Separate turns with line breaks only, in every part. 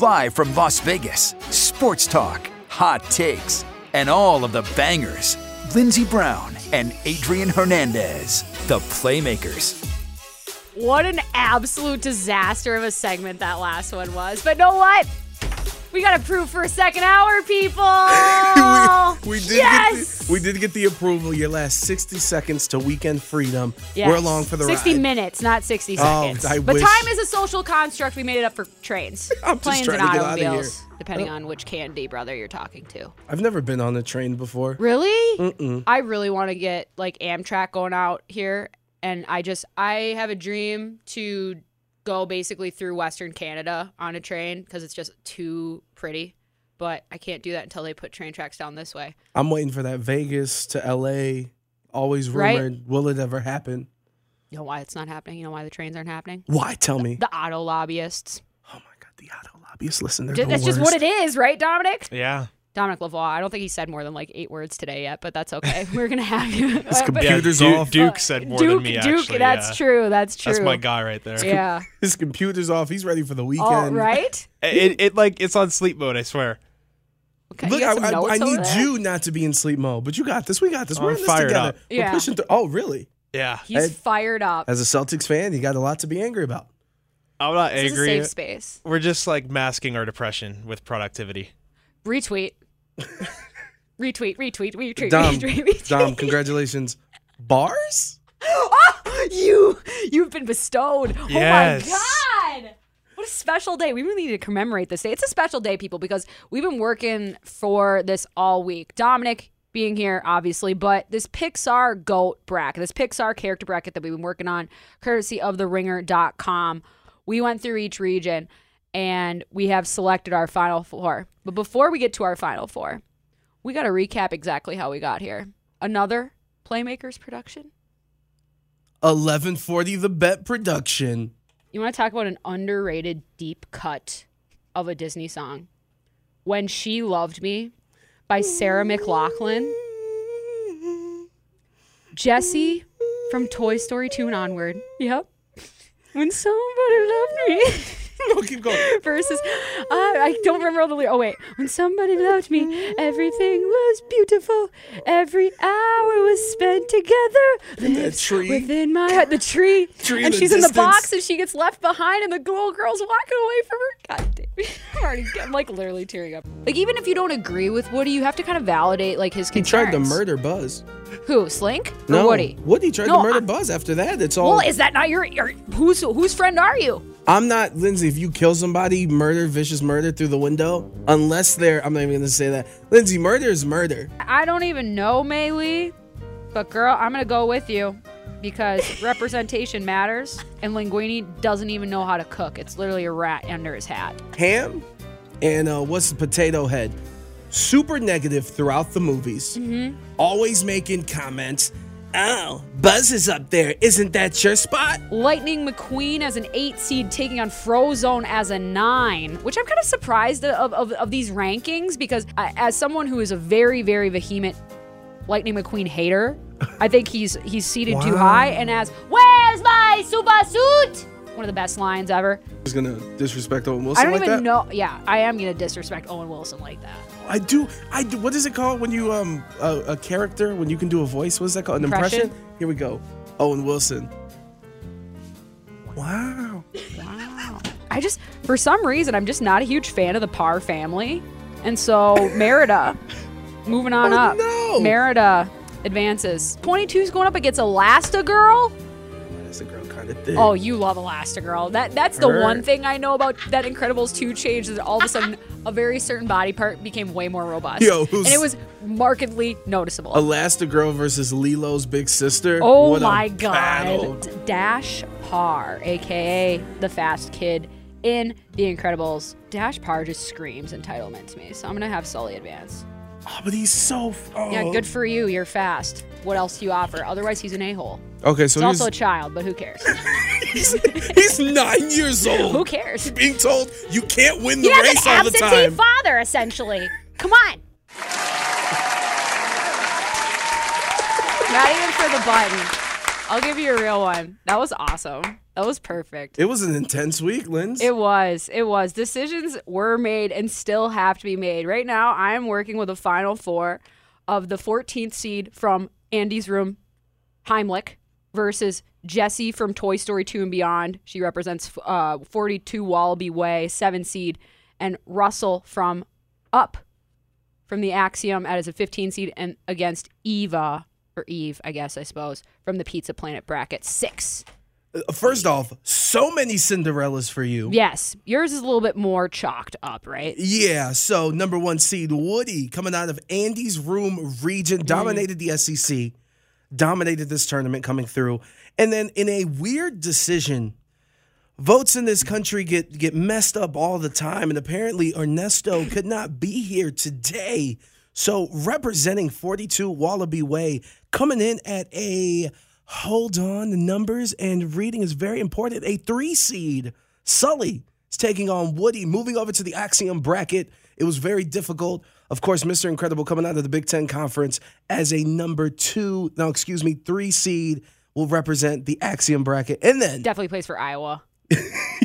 Live from Las Vegas, sports talk, hot takes, and all of the bangers. Lindsey Brown and Adrian Hernandez, the Playmakers.
What an absolute disaster of a segment that last one was. But know what? We got approved for a second hour, people.
We did
yes.
get the, we did get the approval. Your last 60 seconds to weekend freedom.
Yes.
We're along for the
60
ride.
minutes, not 60
Oh,
seconds.
I
but
wish-
time is a social construct. We made it up for trains,
I'm just
planes,
trying
and
to get outta here. Uh,
automobiles, depending on which candy brother you're talking to.
I've never been on a train before.
Really? I really want to get like Amtrak going out here. And I just, I have a dream to go basically through Western Canada on a train because it's just too pretty. But I can't do that until they put train tracks down this way.
I'm waiting for that Vegas to LA. Always
Right?
rumored. Will it ever happen?
You know why it's not happening? You know why the trains aren't happening?
Why? Tell me.
The auto lobbyists.
oh my God, the auto lobbyists. Listen, they're
Ju-
the
That's just what
worst.
it is, right, Dominic?
Yeah.
Dominic Lavoie. I don't think he said more than like eight words today yet, but that's okay. We're going to have you.
His
But-
computer- Computer's
Duke,
off.
Duke said more
Duke,
than me,
Duke,
actually.
that's
yeah.
true. That's true.
That's my guy right there.
Yeah.
His computer's off. He's ready for the weekend.
All Oh, right.
It, it like it's on sleep mode. I swear.
Okay,
Look,
you got
I,
some
I,
notes
I
over
need
there?
you not to be in sleep mode, but you got this. We got this.
Oh,
We're
I'm
in this
fired
together.
up.
Yeah.
We're pushing through. Oh, really?
Yeah.
He's
Ed-
fired up.
As a Celtics fan, you got a lot to be angry about.
I'm not
This is a
angry.
safe space.
We're just like masking our depression with productivity.
Retweet. retweet, retweet, retweet,
Dom,
retweet, retweet.
Dom, congratulations. Bars?
Oh, you, you've been bestowed.
Yes.
Oh my God. What a special day. We really need to commemorate this day. It's a special day, people, because we've been working for this all week. Dominic being here, obviously, but this Pixar GOAT bracket, this Pixar character bracket that we've been working on, courtesy of theringer.com, we went through each region and we have selected our final four. But before we get to our final four, we got to recap exactly how we got here. Another Playmakers production?
1140 The Bet Production.
You want to talk about an underrated deep cut of a Disney song? When She Loved Me by Sarah McLaughlin. Jesse from Toy Story 2 and onward. Yep. When somebody loved me
No, Oh, keep going.
versus I, I don't remember all the lyrics. Oh wait, when somebody loved me, everything was beautiful. Every hour was spent together. Lives
tree.
within my heart, the tree.
Tree in
and
the
she's in the box,
distance.
and she gets left behind, and the girl girl's walking away from her. God damn, it. I'm already, I'm like literally tearing up. Like even if you don't agree with Woody, you have to kind of validate like his
He
concerns.
tried to murder Buzz.
who? Slink or
No,
Woody?
Woody tried
No,
to murder
I-
Buzz after that. It's all.
Well, is that not your, your whose whose friend are you?
I'm not, Lindsay, if you kill somebody, murder, vicious murder through the window, unless they're. I'm not even going to say that. Lindsay, murder is murder.
I don't even know Maylee, but girl, I'm gonna go with you because representation matters, and Linguini doesn't even know how to cook. It's literally a rat under his hat.
Ham and uh, what's the potato head? Super negative throughout the movies.
Mm-hmm.
Always making comments. Oh, Buzz is up there. Isn't that your spot?
Lightning McQueen as an eight seed, taking on Frozone as a nine, which I'm kind of surprised of, of, of these rankings because I, as someone who is a very, very vehement Lightning McQueen hater, I think he's he's seated too high. And as where's my super suit? One of the best lines ever.
He's going to disrespect Owen
I
Wilson
don't
like
even
that?
know. Yeah, I am gonna disrespect Owen Wilson like that.
I do. I do. What is it called when you um a, a character when you can do a voice? What's that called? An impression.
Impression?
Here we go. Owen Wilson. Wow.
I just, for some reason, I'm just not a huge fan of the Parr family, and so Merida, moving on
Oh,
up.
no.
Merida advances. 22's going up against Elastigirl.
That's a girl kind of thing.
Oh, you love Elastigirl. That that's the
Her.
one thing I know about that Incredibles 2 change is that all of a sudden a very certain body part became way more robust.
Yo, who's-
and it was markedly noticeable.
Elastigirl versus Lilo's big sister.
Oh
What a
my god.
battle.
Dash Parr, aka the fast kid, in The Incredibles. Dash Parr just screams entitlement to me, so I'm gonna have Sully advance.
Oh, but he's so. f- Oh.
Yeah, good for you. You're fast. What else do you offer? Otherwise, he's an a hole.
Okay,
He's
so he's,
also a child, but who cares?
he's, he's nine years old.
who cares?
Being told you can't win the
He has
race
an
all the
absentee
time.
father, essentially. Come on. Not even for the button. I'll give you a real one. That was awesome. That was perfect.
it was an intense week, Linz.
It was. It was. Decisions were made and still have to be made. Right now, I am working with a final four of the 14th seed from Andy's room, Heimlich, versus Jessie from Toy Story 2 and Beyond. She represents uh, 42 Wallaby Way, seven seed, and Russell from Up from the Axiom as a 15 seed and against Eva or Eve, I guess I suppose, from the Pizza Planet bracket, six.
First off, so many Cinderellas for you.
Yes, yours is a little bit more chalked up, right?
Yeah, so number one seed Woody coming out of Andy's room region dominated the SEC, dominated this tournament coming through. And then in a weird decision, votes in this country get get messed up all the time. And apparently Ernesto could not be here today. So representing 42 Wallaby Way, coming in at a hold on, the numbers and reading is very important. A three seed, Sully is taking on Woody, moving over to the Axiom bracket. It was very difficult. Of course, Mr. Incredible coming out of the Big Ten Conference as a number two, no, excuse me, three seed will represent the Axiom bracket. And then
definitely plays for Iowa.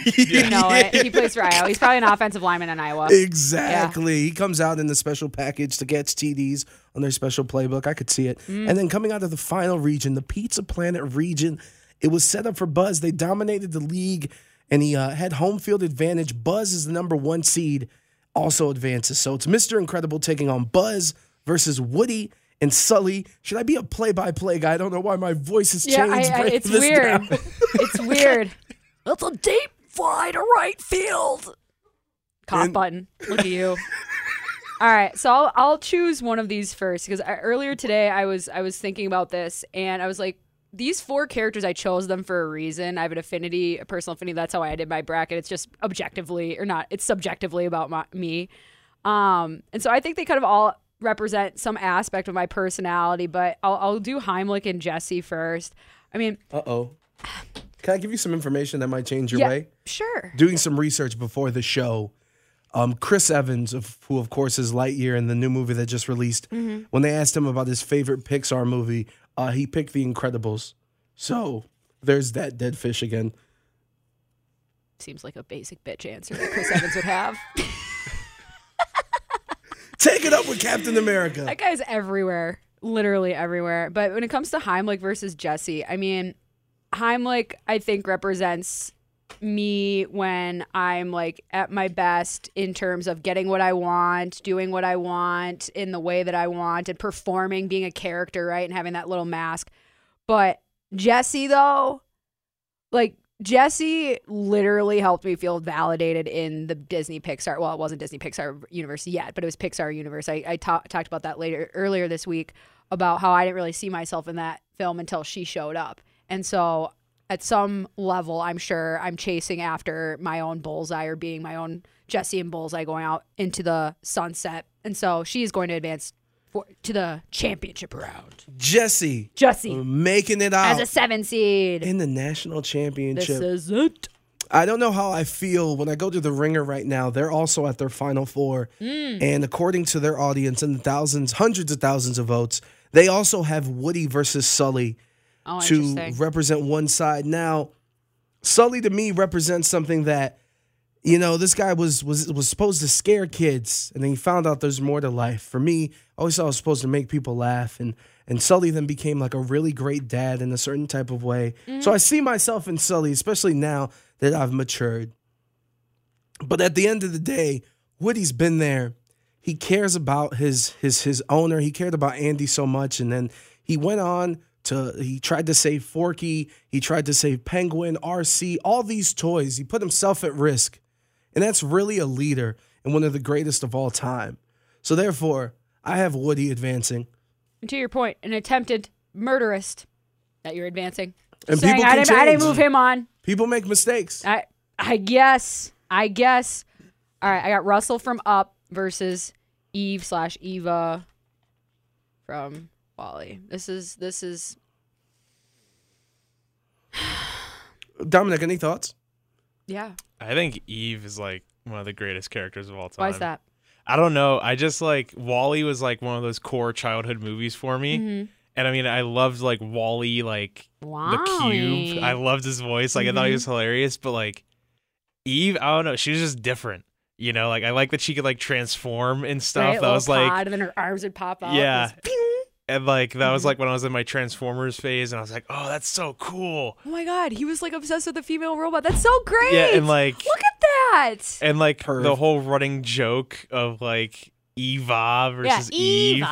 You know it. He plays for Iowa. He's probably an offensive lineman in Iowa.
Exactly. He comes out in the special package to catch TDs on their special playbook. I could see it.
Mm.
And then coming out of the final region, the Pizza Planet region, it was set up for Buzz. They dominated the league and he uh, had home field advantage. Buzz is the number one seed, also advances. So it's Mr. Incredible taking on Buzz versus Woody. And Sully, should I be a play-by-play guy? I don't know why my voice has
Yeah,
changed.
I, I,
breaking
it's
this
weird.
down.
it's weird. That's a deep fly to right field. Cough button. Look at you. All right, so I'll, I'll choose one of these first because I, earlier today I was I was thinking about this and I was like, these four characters I chose them for a reason. I have an affinity, a personal affinity. That's how I did my bracket. It's just objectively or not, it's subjectively about my, me. Um, and so I think they kind of all represent some aspect of my personality. But I'll, I'll do Heimlich and Jesse first. I mean,
Uh-oh. Can I give you some information that might change your
yeah,
way?
sure.
doing some research before the show, um, Chris Evans, of, who of course is Lightyear in the new movie that just released,
Mm-hmm.
when they asked him about his favorite Pixar movie, uh, he picked The Incredibles. So there's that dead fish again.
Seems like a basic bitch answer that Chris Evans would have.
Take it up with Captain America.
That guy's everywhere, literally everywhere. But when it comes to Heimlich versus Jesse, I mean, Heimlich, I think, represents me when I'm like at my best in terms of getting what I want, doing what I want in the way that I want, and performing, being a character, right? And having that little mask. But Jesse, though, like Jesse literally helped me feel validated in the Disney Pixar. Well, it wasn't Disney Pixar universe yet, but it was Pixar universe. I, I ta- talked about that later earlier this week about how I didn't really see myself in that film until she showed up, and so at some level, I'm sure I'm chasing after my own bullseye or being my own Jesse and bullseye going out into the sunset, and so she's going to advance for, to the championship round.
Jesse Um,
Jesse
making it
as
out
a seven seed.
in the national
This
championship.
is it.
I don't know how I feel when I go to the ringer right now. They're also at their final four.
Mm.
And according to their audience and the thousands, hundreds of thousands of votes, they also have Woody versus Sully
Oh,
to
interesting.
represent one side. Now, Sully to me represents something that, you know, this guy was was was supposed to scare kids, and then he found out there's more to life. For me, I always thought I was supposed to make people laugh, and and Sully then became like a really great dad in a certain type of way.
Mm-hmm.
So I see myself in Sully, especially now that I've matured. But at the end of the day, Woody's been there. He cares about his his his owner. He cared about Andy so much, and then he went on to he tried to save Forky. He tried to save Penguin, RC, all these toys. He put himself at risk, and that's really a leader and one of the greatest of all time. So therefore, I have Woody advancing.
And to your point, an attempted murderist that you're advancing.
And
Saying,
people
I
can
didn't, I didn't
change.
move him on.
People make mistakes.
I I guess I guess. All right, I got Russell from Up versus Eve slash Eva from Wally. This is this is
Dominic, any thoughts?
yeah.
I think Eve is like one of the greatest characters of all time.
Why is that?
I don't know. I just like Wally was like one of those core childhood movies for me.
Mm-hmm.
And I mean, I loved like Wally, like the
Wall-E.
cube. I loved his voice. Like I thought he
Mm-hmm.
was hilarious, but like Eve, I don't know. She was just different. You know, like I like that she could like transform and stuff.
Right?
That
Little
was like
pod, and then her arms would pop out.
Yeah.
It's ping. Mm-hmm.
and like that was like when I was in my Transformers phase and I was like, "Oh, that's so cool."
Oh my god, he was like obsessed with the female robot. That's so great.
Yeah, and like
look at that.
and like
Perv.
the whole running joke of like Eva versus
yeah,
Eve.
Eva.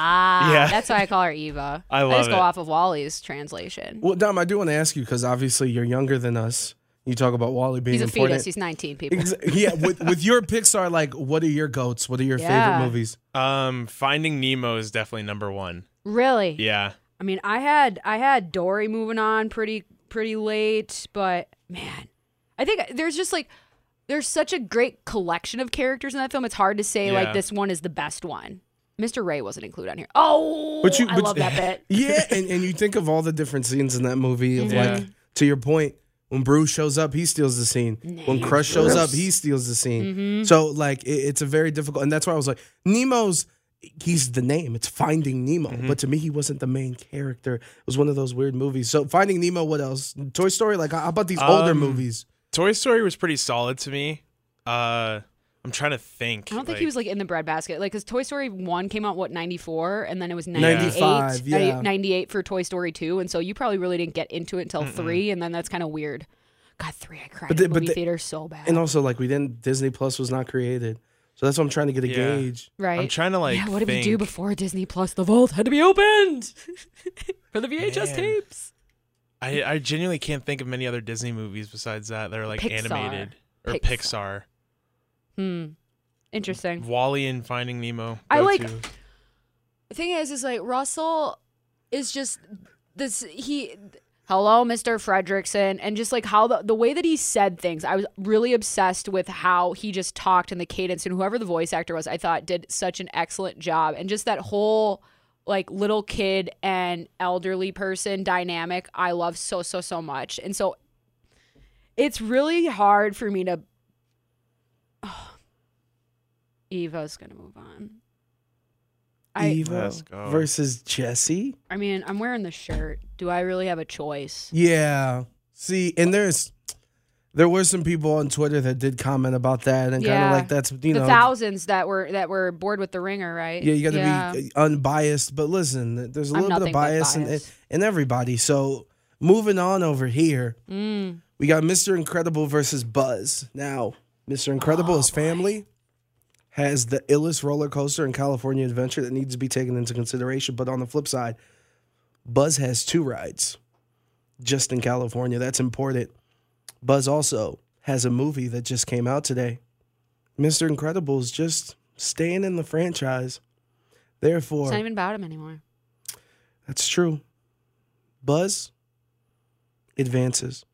Yeah.
That's why I call her Eva.
I
I
love
just go
it.
off of Wally's translation.
Well, Dom, I do want to ask you because obviously you're younger than us. You talk about Wally being
He's a
important.
fetus. He's 19 people.
Ex- yeah, with with your Pixar, like, what are your goats? What are your
Yeah.
favorite movies?
Um, Finding Nemo is definitely number one.
Really?
Yeah,
I mean, I had I had Dory moving on pretty pretty late, but man, I think there's just like there's such a great collection of characters in that film. It's hard to say like
Yeah.
this one is the best one. Mr. Ray wasn't included on here. Oh,
But you-
I
but-
love that bit.
Yeah, and, and you think of all the different scenes in that movie. Of Like to your point, when Bruce shows up, he steals the scene. When Crush shows up, he steals Mm-hmm. the scene. So like, it, it's a very difficult, and that's why I was like, Nemo's. He's the name. It's Finding Nemo,
Mm-hmm.
but to me, he wasn't the main character. It was one of those weird movies. So Finding Nemo. What else? Toy Story. Like, how about these older
Um,
movies?
Toy Story was pretty solid to me. Uh, I'm trying to think.
I don't think he was like in the breadbasket. Like, because Toy Story 1 came out, what, 94? And then it was 98.
95, yeah.
uh, 98 for Toy Story 2. And so you probably really didn't get into it until 3. And then that's kind of weird. God, 3, I cried
But
but
the-
in
but
the movie
the-
theater so bad.
And also, like, we didn't. Disney Plus was not created, so that's what I'm trying to get a
Yeah.
gauge.
right?
I'm trying to like.
yeah, what did we do
think.
before Disney Plus? The vault had to be opened for the VHS
Man.
tapes.
I I genuinely can't think of many other Disney movies besides that that are like
Pixar.
animated or
Pixar.
Pixar.
Hmm. Interesting.
Wally and Finding Nemo.
I
go
like-
to.
The thing is, is like Russell is just this. He, hello, Mr. Fredrickson, and just like how the the way that he said things, I was really obsessed with how he just talked and the cadence, and whoever the voice actor was, I thought did such an excellent job, and just that whole like little kid and elderly person dynamic, I love so so so much, and so it's really hard for me to. Eva's gonna move on.
Eva
Let's go.
versus Jesse.
I mean, I'm wearing the shirt. Do I really have a choice?
Yeah. See, and there's there were some people on Twitter that did comment about that and kind
Yeah.
of like that's you
the
know
thousands that were that were bored with the ringer, right?
yeah you got to be uh, unbiased. But listen, th- there's a
I'm
little bit
nothing
of
but
bias in,
biased.
in everybody. So moving on over here,
Mm.
we got Mr. Incredible versus Buzz. Now, Mr. Incredible, his family. Has the illest roller coaster in California Adventure that needs to be taken into consideration. But on the flip side, Buzz has two rides just in California. That's important. Buzz also has a movie that just came out today. Mr. Incredible's just staying in the franchise. Therefore,
It's not even about him anymore.
that's true. Buzz advances.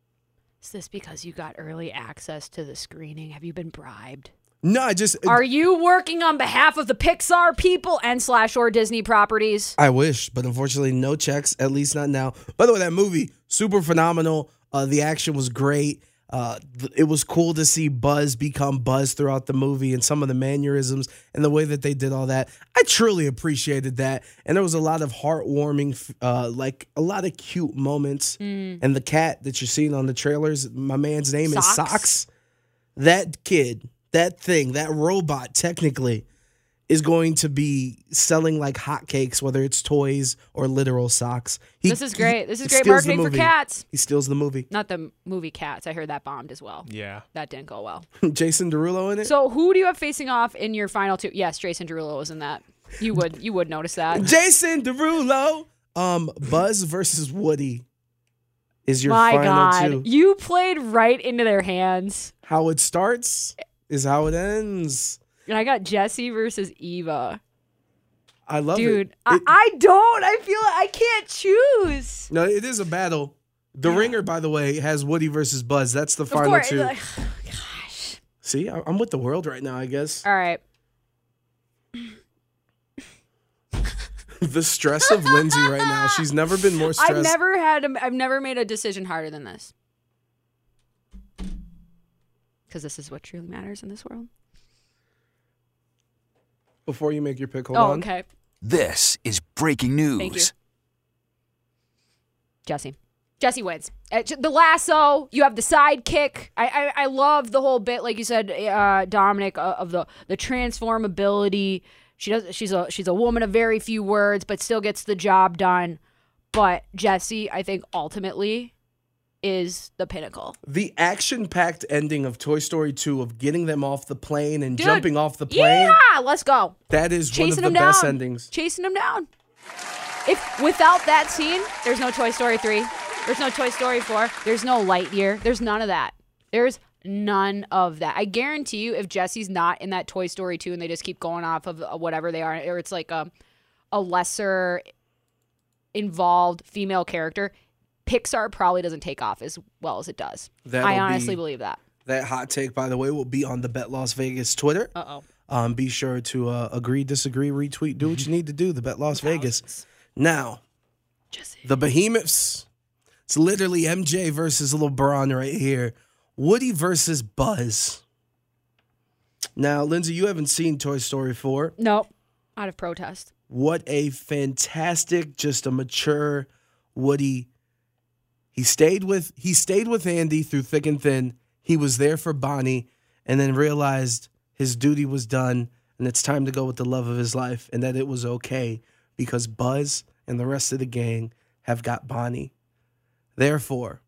Is this because you got early access to the screening? Have you been bribed?
No, I just
Are you working on behalf of the Pixar people and slash or Disney properties?
I wish, but unfortunately, no checks. At least not now. By the way, that movie super phenomenal. Uh, the action was great. Uh, th- it was cool to see Buzz become Buzz throughout the movie and some of the mannerisms and the way that they did all that. I truly appreciated that, and there was a lot of heartwarming, f- uh, like a lot of cute moments. And the cat that you're seeing on the trailers, my man's name is
Socks?
Socks. That kid, that thing, that robot, technically is going to be selling like hotcakes, whether it's toys or literal socks. He-
This is
he-
great. This is
he
great
steals the
marketing for
movie.
cats.
He steals the movie.
Not the movie Cats. I heard that bombed as well.
Yeah.
That didn't go well.
Jason Derulo in it.
So who do you have facing off in your final two? Yes, Jason Derulo was in that. You would you would notice that.
Jason Derulo. Um, Buzz versus Woody is your
My
final
God,
two.
you played right into their hands.
How it starts is how it ends.
And I got Jesse versus Eva.
I love
Dude,
it.
I,
It-
I don't. I feel I can't choose.
no, it is a battle. The Ringer, by the way, has Woody versus Buzz. That's the
Of
final
course.
two.
like, gosh.
See, I- I'm with the world right now, I guess.
All right.
the stress of Lindsay right now. She's never been more stressed.
I've never had. A, I've never made a decision harder than this. Because this is what truly matters in this world.
Before you make your pick, hold
oh,
on.
okay.
This is breaking
Thank you.
news.
Jesse. Jesse wins. Uh, j- The lasso. You have the sidekick. I, I I love the whole bit, like you said, uh, Dominic, uh, of the the transformability. She does. She's a she's a woman of very few words, but still gets the job done. But Jesse, I think ultimately, is the pinnacle.
The action-packed ending of Toy Story 2 of getting them off the plane and
Dude,
jumping off the plane.
Yeah, let's go.
That is
Chasing him
one of the
down.
best endings.
Chasing him down. If without that scene, there's no Toy Story three. There's no Toy Story four. There's no Lightyear. There's none of that. There's none of that. I guarantee you, if Jesse's not in that Toy Story two, and they just keep going off of uh, whatever they are, or it's like a, a lesser involved female character, Pixar probably doesn't take off as well as it does.
That'll
I honestly
be-
believe that.
That hot take, by the way, will be on the Bet Las Vegas Twitter.
Uh oh.
Um, be sure to uh, agree, disagree, retweet, do what you need to do. The Bet Las Vegas. Now,
Jesse.
the behemoths. It's literally MJ versus LeBron right here. Woody versus Buzz. Now, Lindsay, you haven't seen Toy Story 4.
Nope. Out of protest.
What a fantastic, just a mature Woody. He stayed with he stayed with Andy through thick and thin. He was there for Bonnie and then realized his duty was done and it's time to go with the love of his life and that it was okay because Buzz and the rest of the gang have got Bonnie. Therefore,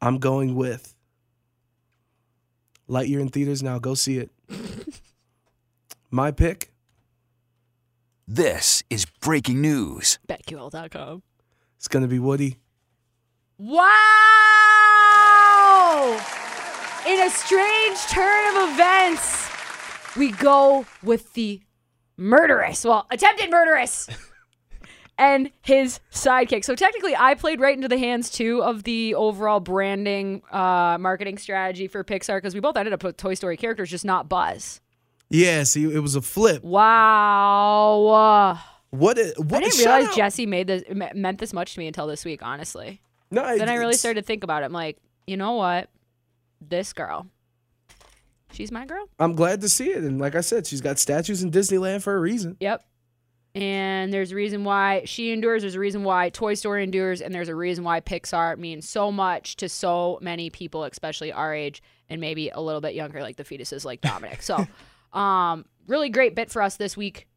I'm going with Lightyear in theaters now. Go see it. My pick
This is breaking news.
BetQL.com.
is going to be Woody.
Wow! In a strange turn of events, we go with the murderous, well, attempted murderous, and his sidekick. So technically, I played right into the hands too of the overall branding, uh, marketing strategy for Pixar because we both ended up with Toy Story characters, just not Buzz.
Yeah, see, it was a flip.
Wow! Uh,
What? A, what?
I didn't
a shout
realize
out.
Jesse made this me- meant this much to me until this week. Honestly.
No,
then I really
it's-
started to think about it. I'm like, you know what? This girl, she's my girl.
I'm glad to see it, and like I said, she's got statues in Disneyland for a reason.
Yep. And there's a reason why she endures. There's a reason why Toy Story endures, and there's a reason why Pixar means so much to so many people, especially our age and maybe a little bit younger, like the fetuses, like Dominic. So, um, really great bit for us this week.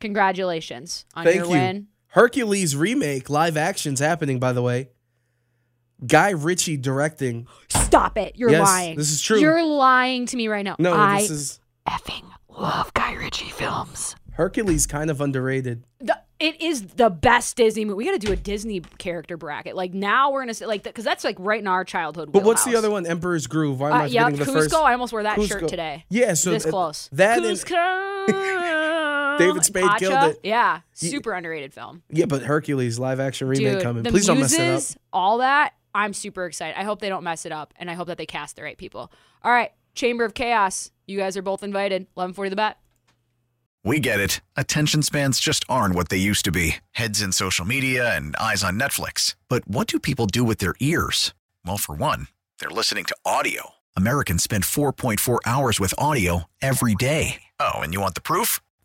Congratulations on
Thank
your
you.
win.
Hercules remake live action's happening, by the way. Guy Ritchie directing.
Stop it! You're
Yes,
lying.
this is true.
You're lying to me right now.
No,
I
this is
effing love Guy Ritchie films.
Hercules, kind of underrated.
The, it is the best Disney movie. We got to do a Disney character bracket. Like now we're gonna say like because that's like right in our childhood.
But what's the other one? Emperor's Groove. Why am
Uh,
I
yep,
forgetting the
Cusco.
first?
I almost wore that shirt
Cusco.
today.
Yeah, so
this
th-
close.
that and-
Cusco.
David Spade
Pacha.
killed it.
Yeah, super underrated film.
Yeah, but Hercules live action remake
Dude,
coming.
the
Please
muses,
don't mess it up.
all that. I'm super excited. I hope they don't mess it up, and I hope that they cast the right people. All right, Chamber of Chaos. You guys are both invited. 11:40 the bet.
We get it. Attention spans just aren't what they used to be heads in social media and eyes on Netflix. But what do people do with their ears? Well, for one, they're listening to audio. Americans spend 4.4 hours with audio every day. Oh, and you want the proof?